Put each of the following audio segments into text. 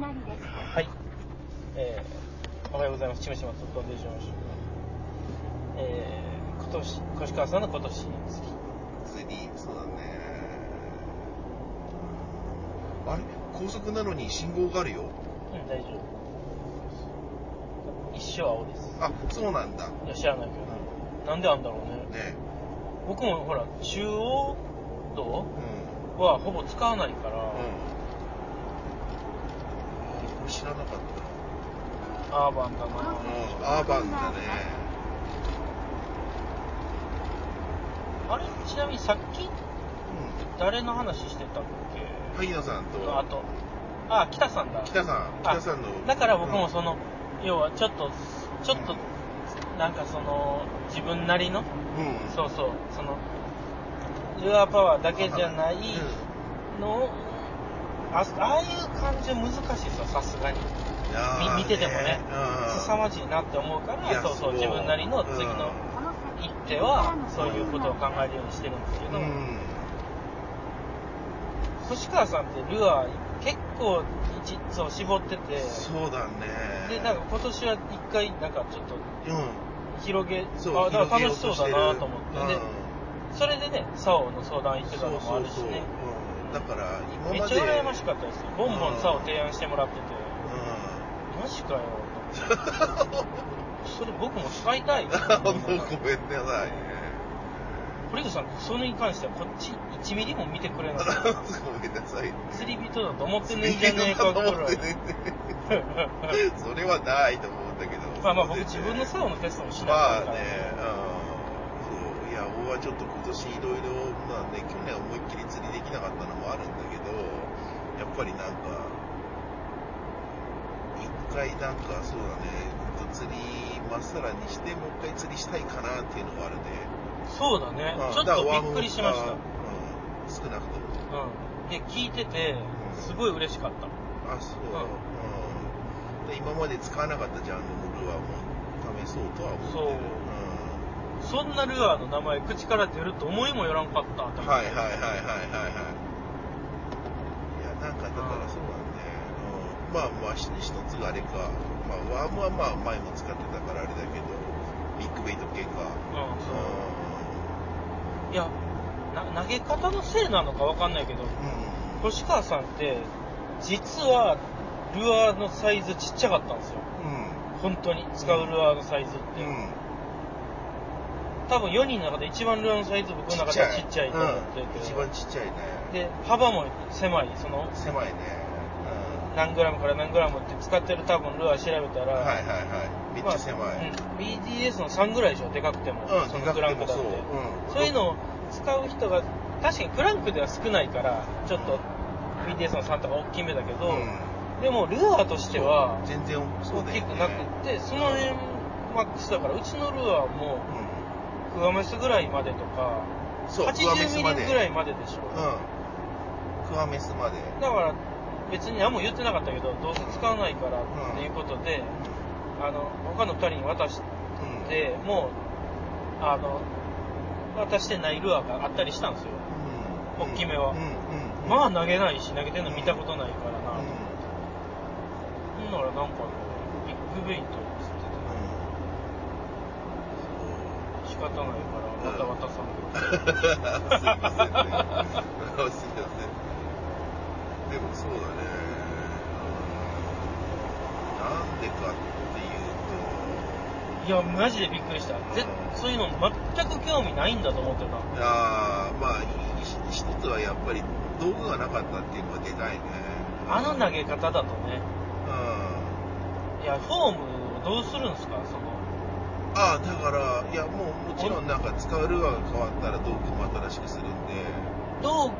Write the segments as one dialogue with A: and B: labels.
A: なりです。
B: はい。えーおはようございます。千葉島特攻デジョンシえー、今年、越川さんの今年好
C: 釣りそうだねあれ高速なのに信号があるよ
B: き。うん、大丈夫。一生青です。
C: あそうなんだ
B: いや、知らないけどね。なんであんだろうね。
C: ね
B: 僕もほら、中央道
C: うん
B: はほぼ使わないから、
C: うん知らなかった
B: アーバンだな
C: うんアーバンだね
B: あれちなみにさっき
C: う
B: 誰の話してたっ
C: ん萩野さん
B: けあ
C: と
B: と、あ、北さんだ。
C: 北さん
B: あ
C: 北さんの
B: だから僕も
C: の
B: その、要はちょっとちょっと、なんかその自分なりの、
C: うん
B: そうそうそのルアーパワーだけじゃない
C: うん
B: のをあああいう感じは難しいですよさすがに
C: いやー
B: み見ててもね
C: うん
B: 凄まじいなって思うから
C: いや
B: そうそ
C: そうう
B: 自分なりの次
A: こ
B: の
A: の先
B: 一手はそういうことを考えるようにしてるんですけ
C: う
B: ど、
C: ん
B: 星川さんってルアー結構一そう絞ってて
C: そうだね
B: でなんか今年は一回なんかちょっと
C: うん
B: 広げ
C: そう
B: あだから
C: 広
B: 楽し
C: げ
B: そう
C: よとして
B: だな
C: る
B: と思って、で
C: うん
B: それでね、サオの相談行ってた
C: そ
B: の
C: うそ
B: もあ
C: う
B: るし
C: そう、
B: ね、
C: うん、だから今ま
B: め
C: で
B: っちゃ羨ましかったですよ、ボンボンサオ提案してもらってて、
C: う
B: マジかよ、それ僕も使いた い、
C: んもう ごめんなさい
B: 堀口さん、それに関してはこっち1ミリも見てくれない、
C: ごめんなさい
B: 釣り人だと思ってねえんじゃねえかぐらい、
C: それはないと思うんだけど
B: まあまあ、僕、自分のサオのテストもしな
C: まあ
B: かった
C: ね
B: から、
C: うんそういや俺はちょっと今年いろいろまあね去年思いっきり釣りできなかったのもあるんだけどやっぱりなんか一回なんかそうだねほんと釣りまっさらにしてもう一回釣りしたいかなっていうのはあるね
B: そうだね、
C: うん
B: ちょっ
C: だから
B: とびっくりしまし
C: ワ
B: た
C: ンオ。ーがうん、少なくとも
B: うんで聞いてて、すごい嬉しかった。
C: あそう、
B: うん
C: うんで今まで使わなかったジャンルのルアーも試そうとは思ってる
B: そうそんなルアーの名前、口から出ると思いもよらんかったと思って
C: うん、はいはいはいはいはいはいいやなんかだからそうだね、うん、まあまあ一つがあれか、まあ、ワームはまあ前も使ってたからあれだけどビッグベイト系か
B: うん
C: うん
B: そういやな投げ方のせいなのかわかんないけど
C: うん
B: 星川さんって実はルアーのサイズちっちゃかったんですよ本当に使うルアーのサイズって、
C: うんうん
B: 多分4人の中で一番ルアーのサイズ僕の中ではちっちゃいと思って
C: うん
B: て、
C: 一番ちっちゃいね
B: で幅も狭いその
C: 狭いね、
B: 何グラムから何グラムって使ってる多分ルアー調べたら、
C: うん、はいはいはいめっちゃ狭い、
B: まあうん BDS の3ぐらいでしょでかくても、
C: うん、
B: そ
C: そ
B: の
C: の
B: ク
C: ク
B: ラ
C: ラ
B: ン
C: ン
B: ク
C: ク
B: だ
C: だ
B: っ
C: ってて。うん、
B: そういうのを使う人が確かにクランクでは少ないからちょっと BTS の3とか大きめだけど、でもルアーとしては
C: 全然そう
B: 大
C: だよね
B: きくなくってその辺マックスだからうちのルアーもクワメスぐらいまでとか
C: うん、そうクワメ
B: 80
C: ス
B: ミ
C: ま
B: リ
C: で
B: ぐらいまででし
C: う
B: ょ、
C: んクワメスまで
B: だから別に何も言ってなかったけどどうせ使わないからっていうことで、あの他の2人に渡し
C: うん
B: てもうあの渡してないルアーがあったりしたんですよ
C: うん
B: 大きめは
C: うんうん
B: まあ
C: うん
B: 投げないし投げてるの見たことないからな、
C: うん
B: ほんならなんかビッグベイトっつってた仕方ないからまた渡さん
C: そうすいませんね すいませんでもそうだねうんなんでかっていう
B: いやマジでびっくりしたぜそういうの全く興味ないんだと思ってた
C: とああまあ一一つはやっぱり道具がなかったっていうのはでかいね
B: あの投げ方だとね
C: うん
B: いやフォームをどうするんですかその
C: ああだからいやもうもちろんなんか使うルアーが変わったら道具も新しくするんで
B: どう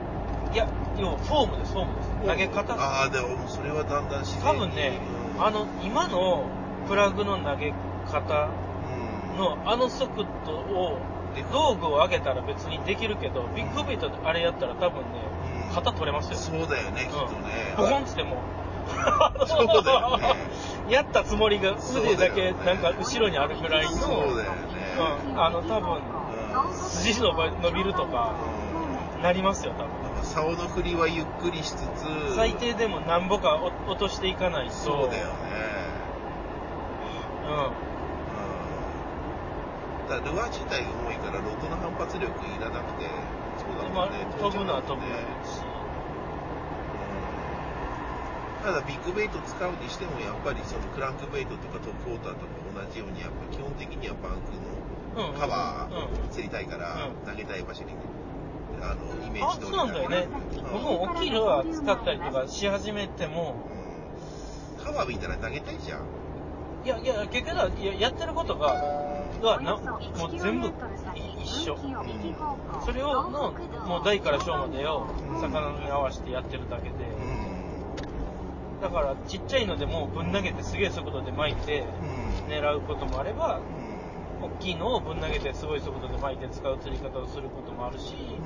B: いや要はフォームですフォームです投げ方です
C: ああでもそれはだんだん自然
B: 多
C: に
B: 分ね
C: うん
B: あの今のプラグの投げ方
C: うん
B: のあの速度を
C: で
B: 道具を上げたら別にできるけどビッグベイトであれやったら多分ね
C: うん
B: 型取れますよ
C: そうだよねきっとね、
B: ボコンっつっても
C: そうだよね
B: やったつもりが腕だけ
C: そうだ
B: な
C: よ
B: ん
C: ね
B: か後ろにあるぐらいの
C: そうだよね、
B: うんあの多分
C: うん
B: 筋の伸びるとか
C: うん
B: なりますよ多分
C: だか竿の振りはゆっくりしつつ
B: 最低でもなんぼかお落としていかないと
C: そうだよね
B: う
C: うんだからルアー自体が重いからロッドの反発力いらなくてそうんだ
B: で
C: も
B: ま
C: んね
B: あ飛ぶのは飛ぶ
C: ね
B: し
C: うんただビッグベイト使うにしてもやっぱりそのクランクベイトとかトップウォーターとか同じようにやっぱ基本的にはバンクの
B: うん
C: カバ
B: うん
C: ー釣りたいから、
B: うん
C: 投げたい場所にあのイメー
B: あ
C: ジ
B: そう
C: 通り
B: なんだよね
C: うん
B: 僕も大きいルアー使ったりとかし始めても
C: うんカバー見たら投げたいじゃん、
B: いやいや結局はいややってることが
C: うん
B: はなもう全部い一緒それをのもう大から小までを
C: うん
B: 魚に合わせてやってるだけで、だからちっちゃいのでもうぶん投げてすげえ速度で巻いて
C: うん
B: 狙うこともあれば
C: う
B: 大きいのをぶん投げてすごい速度で巻いて使う釣り方をすることもあるし、
C: んうん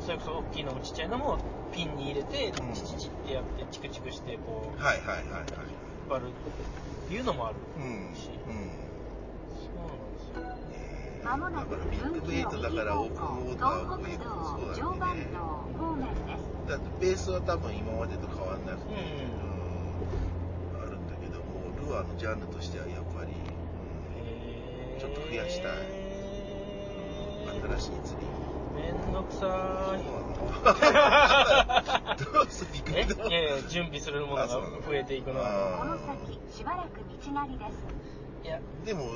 B: それこそ大きいのもちっちゃいのもピンに入れて
C: うん
B: チチチってやってチクチクしてこう
C: はいはいはいはい
B: 引っ張るっていうのもある
C: うん
B: し、
C: うん
B: そうなんですよ
C: だからビッグベイトだからオープンウォーターをねそうだねだってベースは多分今までと変わんなくて、うんあるんだけどもうルアーのジャンルとしてはやっぱり、
B: へー
C: ちょっと増やしたいうん新しい釣 り
B: めんどくさーい
C: そうなのどうするビッグベ
B: え
C: イト
B: いやいや準備するものが
C: あそうなの
B: 増えていくの
C: あ
B: はいや
C: でも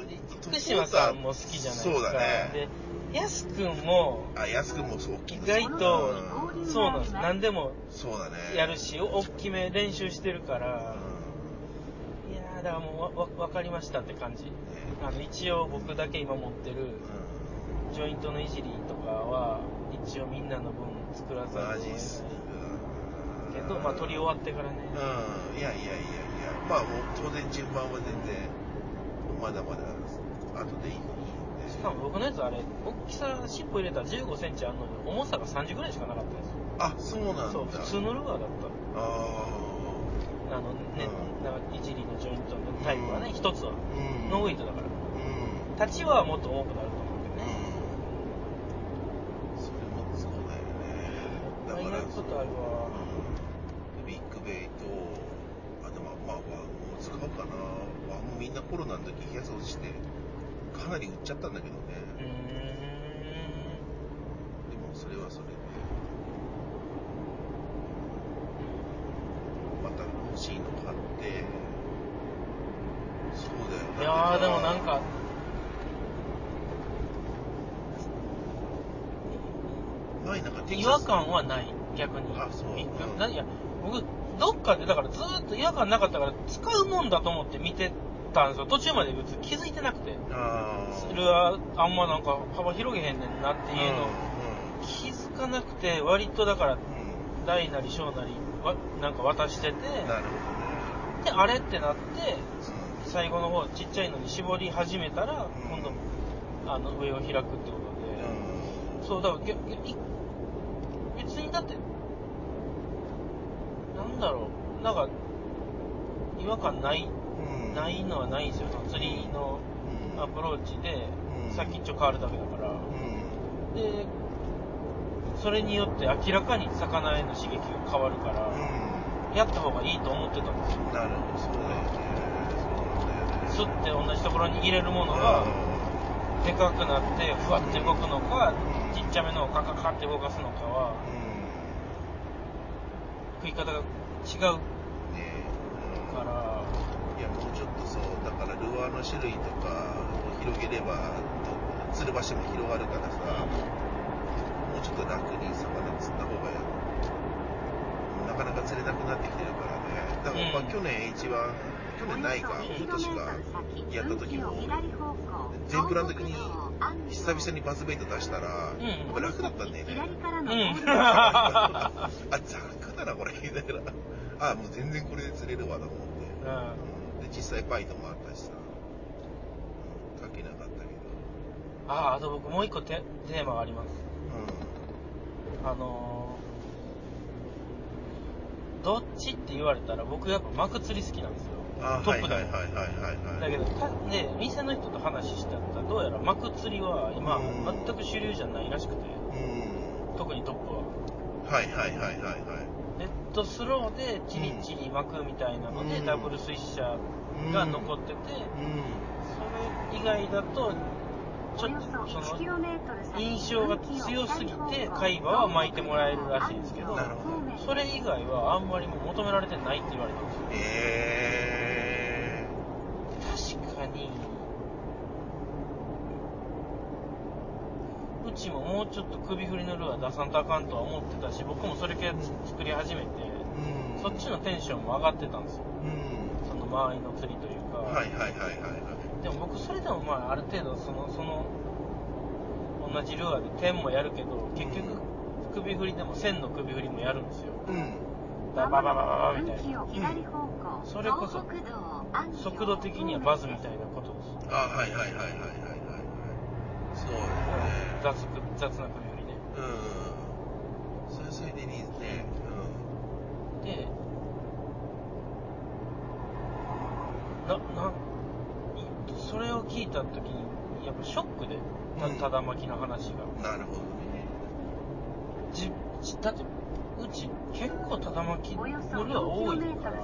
B: 福島さんも好きじゃないですか
C: そうだね
B: でやすくんも
C: あ安くんもそう大きい
B: 意
C: の
B: 外と
C: うん
B: そうなんです何でも
C: そうだね
B: やるし大きめ練習してるか
C: うん
B: らいやーだからもうわわ分かりましたって感じ
C: ね
B: あの一応僕だけ今持ってるジョイントのいじりとかは一応みんなの分作ら
C: うん
B: ざるを
C: マ
B: 得
C: ジ
B: ない
C: っすうん
B: けどまあ取り終わってからね
C: うんいやいやいやいやまあもう当然順番は全然まだまだ後でいいのに
B: しかも僕のやつあれ大きさ尻尾入れたら1 5ンチあるのに重さが30ぐらいしかなかったんですよ
C: あそうなんだ
B: そう普通のルアーだった
C: あ
B: あのね、
C: うん
B: なんかいじりのジョイントのタイプはね、
C: うん
B: 一つは、
C: ーうん
B: ノーウ
C: い
B: ェイトだか
C: うん
B: ら、立ちはもっと多くなると思うけど
C: う
B: ね、
C: んそれもそうだよねだ
B: まあ
C: から
B: やることあるわ、
C: うんビッグベイとあでもまあワンも使うかなワンもみんなコロナの時冷やそうしてかなり売っちゃったんだけどね
B: うーん、
C: でもそれはそれでまた欲しいの買ってそう
B: い
C: だよ
B: やー、でもなん
C: だっ
B: か、
C: てさないなんかテキ
B: 違
C: サ
B: 和
C: ス
B: 感はない、逆に、
C: あそう
B: びっくり
C: うん
B: 何や、僕、どっかでだから、ずーっと違和感なかったから、使うもんだと思って見てたんですよ、途中まで別に気づいてなくて、
C: あー
B: ルアー、あんまなんか幅広げへんねんなっていうの、
C: う
B: 気づかなくて、割とだから、
C: んうんう
B: 大なり小なりわなんか渡してて
C: んなるほ
B: であれってなって
C: どね
B: 最後の方ちっちゃいのに絞り始めたら、
C: うん
B: 今度あの上を開くってこと
C: うん
B: で、
C: うん
B: そうだからげげい別にだってなんだろうなんか違和感ない
C: うん
B: ないのはないんですよね釣りの
C: うん
B: アプローチで、
C: うん
B: さっき一応変わるだけだから
C: う
B: でそれによって明らかに魚への刺激が変わるから、
C: ん
B: やった方がいいと思ってたんですよ
C: うんなるほどそうだよねそうだよ
B: スッて
C: ね
B: 同じところに入れるものがでかくなってふわって動くのか
C: うん
B: ちっちゃめのをカカカって動かすのかは
C: う
B: 食い方が違うん
C: ねえ
B: から
C: いやもうちょっとそうだからルアーの種類とかを広げればと釣る場所も広がるからさもうちょっと楽に魚釣った方がなかなか釣れなくなってきてるからねだからまあ
B: うん
C: 去年 H1 去年ないか一昨年かやった時も全プラの時に久々にバズベイト出したら、
B: うん
C: やっぱ楽だったんだよね
A: 左からの
B: うん
A: ゴールド
C: あざくだなこれみたいなあもう全然これで釣れるわと思って、で実際バイトもあったしさ書けなかったけど
B: あああと僕もう一個テテーマがあります
C: う
B: あのーどっちって言われたら僕やっぱ幕釣り好きなんですよ
C: んあ
B: ト
C: は
B: ッ
C: い
B: プ
C: はい
B: だ
C: は
B: よ
C: いはいはい
B: だけどたで店の人と話したらどうやら幕釣りは今
C: うん
B: 全く主流じゃないらしくて
C: うん
B: 特にトップは
C: はいはいはいはいはい
B: レッドスローでチリチリ巻くみたいなので、
C: うん
B: ダブルスイッシャーが残ってて、
C: うん
B: それ以外だとちょっとその
A: 印象が強すぎて海馬は巻いてもらえるらしいんですけど
C: なるほ
B: それ以外はあんまりもう求められてないって言われてるん
C: え
B: ですよ確かにうちももうちょっと首振りのルアー出さんとあかんとは思ってたし僕もそれ系作り始めて
C: ーうん
B: そっちのテンションも上がってたんですよ
C: うん
B: その周りの釣りというか、
C: はいはいはいはいはい
B: でも僕それでもまあある程度そのその同じルアーで点もやるけど結
C: う
B: 局首振りでも線の首振りもやるんですよ
C: うん
B: ババババババみたいな
A: な
B: それこそ速度的にはバズみたいなことです
C: あはいはいはいはいはいはいはいそうですね
B: 雑く雑な首振りね
C: うんそれはそれでいいですね
B: でなないそれを聞いた時にやっぱショックでた
C: うん
B: ただ巻きの話が、
C: うんなるほどね
B: じじだってうち結構ただ巻きのルアー多いから
A: で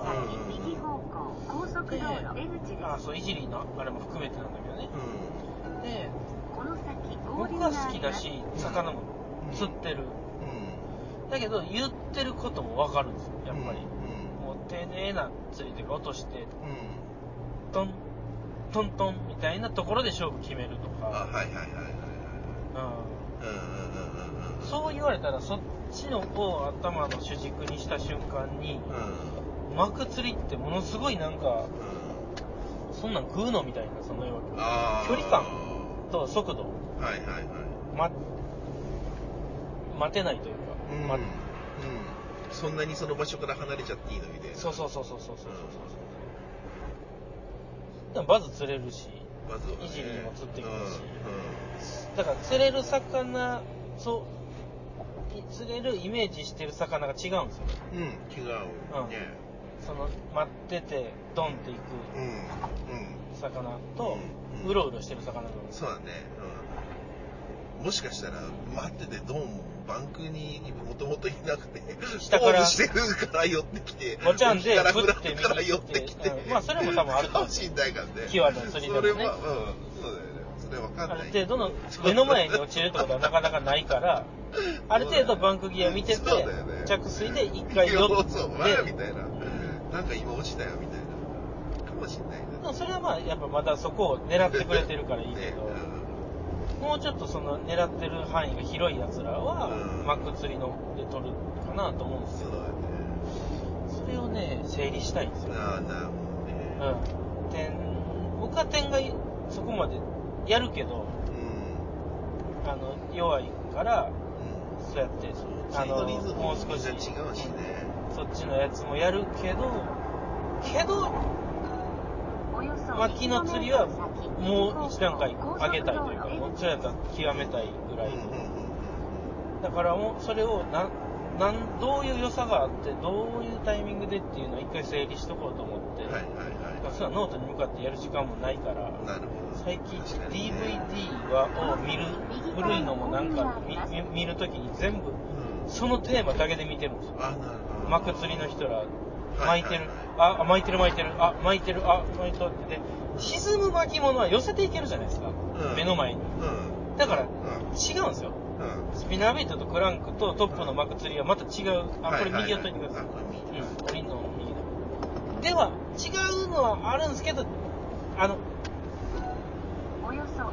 B: あそういじりのあれも含めてなんだけどね
C: う
B: で僕
A: 僕
B: は
A: は
B: 好
A: 好
B: き
A: き
B: だ
A: だ
B: し
A: し
B: 魚も釣ってる、
C: んうん
B: だけど言ってることも分かるんですよやっぱり、
C: うん
B: もう丁寧な釣りというか落として
C: うん
B: トントントンみたいなところで勝負決めると
C: あはい
B: か、
C: はいはいはいは
B: う
C: いうんうんうんうんう
B: ん、
C: ん
B: そう言われたらそっちのを頭の主軸にした瞬間に
C: う
B: 幕釣りってものすごいなんか
C: んうん
B: そんなん食うのみたいなその要は
C: あー
B: 距離感と速度
C: はいはいはい
B: ま待てないというか、
C: うん、
B: ま
C: うん、そんなにその場所から離れちゃっていいのみたいな
B: そうそうそうそうそうそうそうでもバズ釣れるし
C: まずは、ね、
B: いじりにも釣ってくるし
C: う
B: だから釣れる魚そうい釣れるイメージしてる魚が違うんですよ
C: ん、うんうん、違うね
B: その待っててドンっていく
C: うんうん、
B: 魚と、
C: う
B: うんろうろしてる魚の
C: そうだねうんもしかしたら待っててドンバンクにもともといなくて
B: 下から
C: ゴールしてるから寄ってきて
B: ごちゃんで
C: からフ
B: 食
C: ラ
B: って
C: ッ
B: 見
C: から
B: に
C: 寄
B: 行
C: っ
B: ってて
C: きて、
B: うんまあそれも多分あると
C: か
B: 思
C: も
B: う
C: しんないからね
B: キワの釣りでもね
C: それはうんそうだよねそれわかん
B: あ
C: ない
B: る程度の目の前に落ちるってことはなかなかないからある程度バンクギア見てて
C: そうだよね
B: 着水で一回寄
C: よ
B: っ
C: そうわやみ
B: て
C: たいななんか今落ちたよみたいなかもしんないね
B: まあそれはまあやっぱまだそこを狙ってくれてるからいいけど
C: ね
B: もうちょっとその狙ってる範囲が広いやつらは
C: うん
B: マック釣りので取るかなと思うん
C: う
B: で
C: ん
B: す
C: そ
B: よ
C: うだね
B: それをね整理したいんですよ
C: ああなるほどね
B: うん点僕は点がそこまでやるけど
C: うん
B: あの弱いから
C: うん
B: そうやって
C: そう
B: あ
C: 釣り
B: の
C: のリズム
B: もう少し
C: 全然違うしね
B: そっちのやつもやるけどけど
A: 脇
B: 脇
A: の
B: の
A: 釣
B: 釣
A: り
B: り
A: は
B: は
A: も
B: も
A: う
B: う
A: 1
B: 1
A: 段
B: 段
A: 階
B: 階
A: 上
B: 上
A: げ
B: げ
A: た
B: た
A: い
B: い
A: と
B: と
A: い
B: いうう
A: か
B: か
A: も
B: も
A: う
B: う
A: ち
B: ち
A: ょ
B: ょ
A: いや
B: い
A: っ
B: やったた
A: ら
B: ら極めたいぐらい
C: うんうんうん
B: だからもうそれをななんどういう良さがあってどういうタイミングでっていうのを一回整理しとこうと思って、
C: うんはいはい
B: だから
C: は
B: それはノートに向かってやる時間もないから
C: いなるほど
B: 最近
C: 確かにね
B: DVD はを見る古いのもなんかみみ見るときに全部
C: うん
B: そのテーマだけで見てるんですよ
C: あなるほど
B: 幕釣りの人ら巻いてる
C: はいはいはい、
B: あ、あ巻いてる巻いてる、あ、巻いてる、あ、巻いとってで、沈む巻物は寄せていけるじゃないですか、
C: ん
B: 目の前に。
C: うん
B: だから、違
C: うん
B: うんですよ。
C: うん
B: スピナーベイトとクランクとトップの巻く釣りはまた違う。あ、これ右寄っといてください。
C: はいはいはいあこれ
B: うん、オリンの右だ。では、違うのはあるんですけど、あの、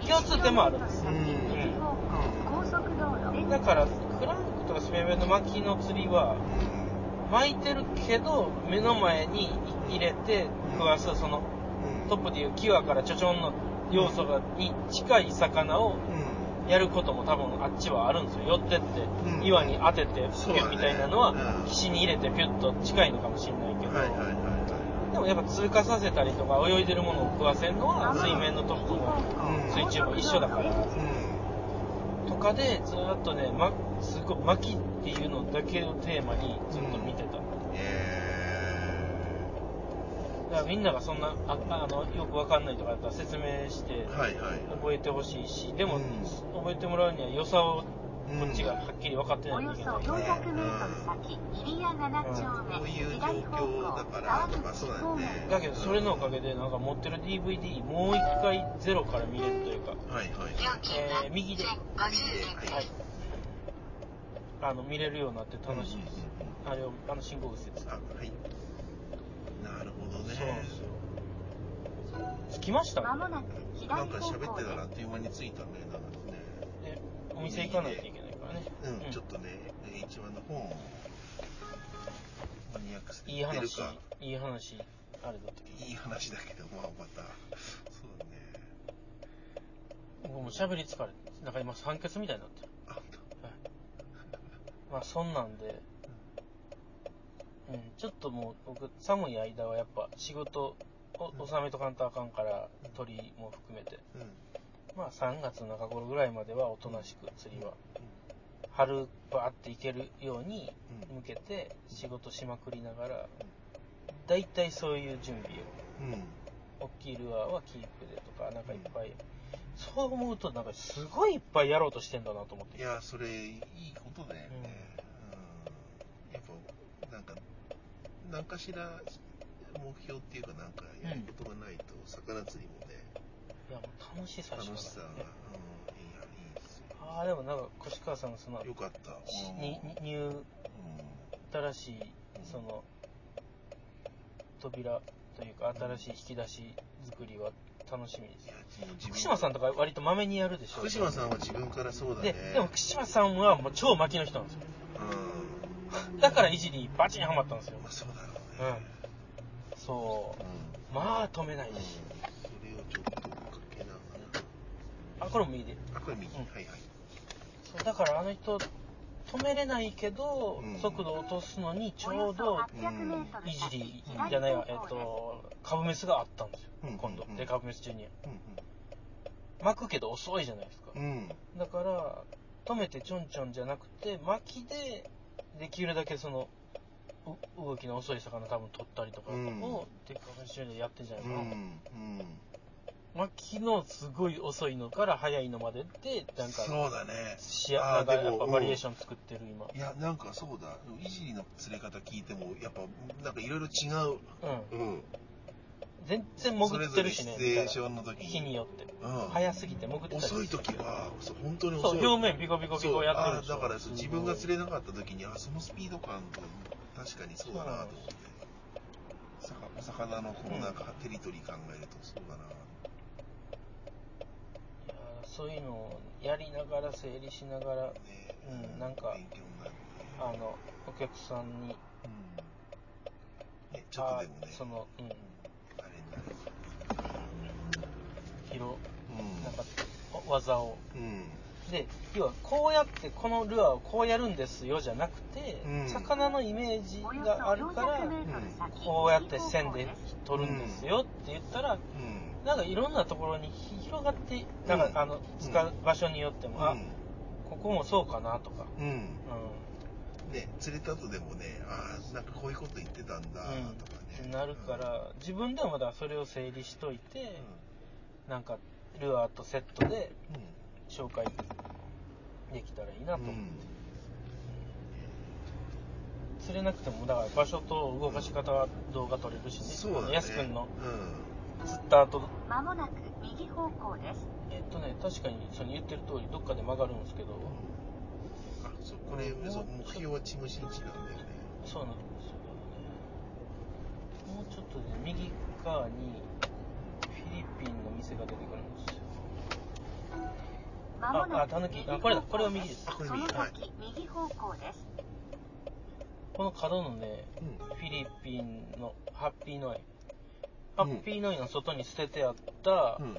A: 共通点もあるんです、
C: うん
B: だから、クランクとかスペベの巻きの釣りは、巻いてるけど、目の前に入れて食わす、その、
C: うんうん
B: トップでいうキワからちょちょんの要素がに近い魚を
C: う
B: やることも多分あっちはあるんですよ寄ってって、
C: うん
B: 岩に当ててピ
C: そうだ
B: ュ
C: ね
B: ッみたいなのは、
C: うん
B: 岸に入れてピュッと近いのかもしれないけど、
C: んはいはいはいは
B: でもやっぱ通過させたりとか泳いでるものを食わせるのは水面のトップも
C: うん
B: 水中も一緒だから
C: いうん
B: とかでずーっとね、ま、すごい巻きっていうのだけをテーマにずっと見てた、
C: え
B: だからみんながそんなああのよくわかんないとかだったら説明して
C: ーはいはい
B: 覚えてほしいしでも、
C: うん
B: 覚えてもらうには良さを
C: うん
B: こっちがはっきり分かってな
A: お
B: いと
A: よ
B: いけ
A: そ
B: ないから。
A: 400メートル先、入谷7丁目、
C: こういう状
A: 左方
C: 況だ
A: 向
C: か、
A: 川
C: らまあ
A: 口
C: そうだよ
A: 方面
C: ね。
B: だけど、それのおかげで、なんか持ってる DVD、もう一回ゼロから見れるというか、
C: はいはいはい。
B: えー、右で、
A: 50
C: 円
B: はい。あの、見れるようになって楽しいです。
C: うんうん
B: あれを、あの、信号口です。
C: あ、はい。なるほどね。
B: そうなんですよ。着きました
A: 間
B: ね
A: もなく
C: な
A: 左
C: んか
A: 方向で
C: 喋ってたらあっという間に着いたんだよな。ね
B: でお店行かないといけないからね。
C: うん、ちょっとね、一番の本を、マニアックス
B: いい話
C: か、
B: いい話、あれだったけど。
C: いい話だけど、まあまた、そうだね。
B: 僕もう喋り疲れて、なんか今、酸欠みたいになってる。
C: あ、
B: まあ、そんなんで、うん、ちょっともう、僕、寒い間はやっぱ、仕事を
C: うん
B: 納めとかんとあかんから、鳥も含めて、
C: うん。
B: まあ、3月の中頃ぐらいまでは、おとなしく釣りは、春、バーって行けるように向けて、仕事しまくりながら、だいたいそういう準備を。
C: うん。うん。
B: 大きいルアーはキープでとか、なんかいっぱい、そう思うと、なんかすごいいっぱいやろうとしてんだなと思って。
C: いや、それ、いいことだよね。うん。やっぱ、なんか、なんかしら、目標っていうか、なんか、やることがないと、魚釣りもね、
B: いや、もう楽しさ
C: 楽
B: しかない、
C: しさが、うん、いや、いいですよ。
B: ああ、でもなんか、越川さんのその、
C: よかった。
B: し
C: うん
B: ににニュー、新しい、その、扉というか、新しい引き出し作りは楽しみです
C: いや。もう自分
B: 福島さんとか割とまめにやるでしょ。
C: 福島さんは自分からそうだね
B: で、でも福島さんはもう超巻きの人なんですよ。
C: うん
B: だからいじりバチンハマったんですよ
C: ま。あそうだろう
B: う
C: ね
B: ん。そ
C: うん、
B: う。まあ止めない
C: うん
B: し。
C: それをちょっとかけなが
B: あ、これも右で。
C: らあこれ右、
B: うん
C: はいはい
B: そうだからあの人止めれないけど、
C: うん
B: 速度落とすのにち
A: ちょ
B: ょう
A: うど
B: ど
A: 800メートル
B: いじ
A: 先、
B: り
A: 左
B: じゃないわ、えっ
A: 方向
B: と株メスがあったんですよ、
C: うん
B: 今度
C: うん
B: で株メスジュニ
C: う
B: ア巻くけど遅いじゃないですか、
C: んうんうん
B: だから止めてちょんちょんじゃなくて巻きでできるだけそのう動きの遅い魚多分取ったりとかを、
C: うん
B: で株メスジュニアでやってんじゃないか
C: う
B: な、
C: んうん
B: 巻きのすごい遅いのから速いのまででなんか
C: そうだね
B: しあな
C: あ
B: ん
C: ー
B: か
C: でも
B: やっぱバリエーショ
C: ン
B: ン作ってる今
C: いやなんかそうだいじりの釣れ方聞いてもやっぱなんかいろいろ違う
B: うん
C: うん
B: 全然潜ってるしね
C: それぞれシチュエーションの時に
B: 日によって
C: うん
B: 早すぎて潜ってたりする
C: 遅い時はそう本当に
B: そ
C: 遅
B: う
C: い
B: 表面ビコビコビコやってるでし
C: そう
B: ょ
C: あーだからそう自分が釣
B: れ
C: れなかった時にあそのスピード感と確かにそうだなと思ってさかお魚のこ
B: う
C: うんなんかテリトリー考えるとそうだな
B: そういうのをやりながら整理しながら
C: ね
B: うんなんか
C: 勉強になる
B: あのお客さんに
C: うんねちょっと
B: あ
C: でもね
B: ーその、うん、
C: あれになる
B: 広
C: うん
B: なんかお技を
C: うん
B: で要はこうやってこのルアーをこうやるんですよじゃなくて、
C: うん
B: 魚のイメージ
A: およそ
B: があるから
A: 400メートル先、
B: こうやって線で取るんですよって言ったら
C: うん
B: なんかいろんなところに広がって、なんか、
C: うん
B: あの使う場所によっても、あここもそうかなとか、
C: うんうん
B: う
C: ね釣れた後でもねああんかこういうこと言ってたんだとか
B: うん
C: ね
B: ん、なるから、自分でもまだそれを整理しといて、なんかルアーとセットで
C: うんうん
B: 紹介できたらいいなと、
C: うん
B: 釣れなくてもだから場所と動かし方は動画撮れるしね、
C: そうだね
B: やすくんの
C: うん
B: 釣った後
A: まもなく右方向です。
B: えっとね確かにその言ってる通りどっかで曲がるんですけど、
C: あそうこれ、
B: うん
C: そう目標はチーム新一なんだよね
B: そうなんですよね。もうちょっとで右側にフィリピンの店が出てくるんですよ。
A: まもな
B: ああ
A: く
B: 狸
A: 右
B: あこれだ
A: 方向
B: これは右です
A: そ
C: これ
A: の
C: 右
A: 先、右方向です。
B: この角のね、
C: うん
B: フィリピンのハッピーノイ。ハ
C: うん
B: ッピーノイの外に捨ててあった
C: うん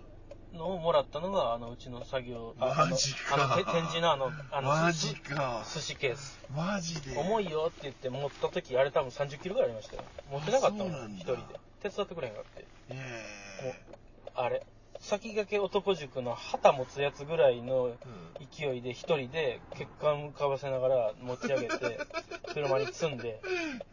B: のをもらったのが、あの、うちの作業、ああの
C: マジか
B: あの、て展示のあの、あの、
C: マ
B: 寿
C: ジ
B: 司
C: か
B: 寿司ケース。
C: マジで
B: 重
C: い
B: いよって言って持った時、あれ多分30キロぐらいありましたよ。持ってなかったも、
C: あそうなんん
B: 一
C: だ
B: 人で。手伝ってくれへんかって。
C: え
B: あれ、先駆け男塾の旗持つやつぐらいの
C: うん
B: 勢いで一人で血管浮かばせながら持ち上げて、車に積んで、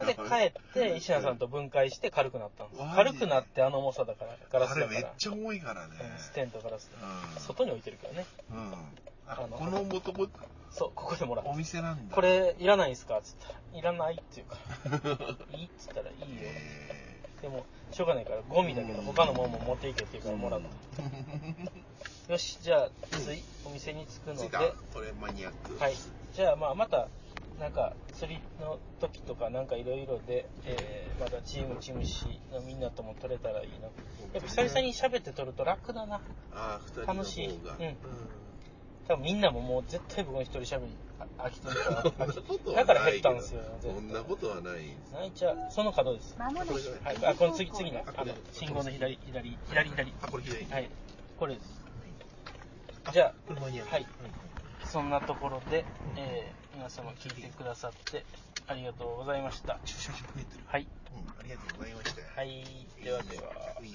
B: で、帰って、石田さんと分解して軽くなったんです
C: マ。ジ
B: 軽くなってあの重さだから、ガラ
C: あ
B: ス
C: れ
B: だ
C: め
B: か
C: っ
B: ら。
C: ちゃ重いからね。
B: うんステントガラスで。
C: うん
B: 外に置いてるからね。
C: うん。あ
B: あの
C: この元々
B: そう、ここでもらった
C: お。店なんだ。
B: これ、いらないんすかっつったら、いらないって言う から。いいっつったら、いいよ。
C: え
B: でも、しょうがないから、ゴミだけど、他のもんも持っていけって言う
C: ー
B: からもらっ
C: うん
B: た。よし、じゃあ、つい、お店に着く
C: 着
B: の
C: い
B: で、
C: た
B: は
C: これマニアック。
B: い。じゃあ、まあ、また、なんか、釣りの時とか、なんかいろいろで、えー、またチームチームシのみんなとも撮れたらいいな。やっぱ久々に喋って撮ると楽だな。
C: あー二人の
B: 楽しい。う
C: 方が。
B: ん。多分みんなももう絶対僕の一人喋りあ飽きてるから
C: そん
B: 飽
C: な
B: き
C: こと
B: て
C: は
B: だから
C: ない
B: 減っ
C: け
B: たん
C: ど
B: ですよ
C: そんなことはない。
B: 泣いちゃうその角です
A: まもなく
B: はいあこの次次の
C: あ
B: あの信号の左左左左
C: あ、これ左。
B: はいこれですじゃ
C: これマニアック。
B: はいあそんなところで、えー皆様聞いてくださってありがとうございました
C: 駐車場増えてる。
B: はい
C: うん、ありがとうございました。
B: はいではでは
C: うい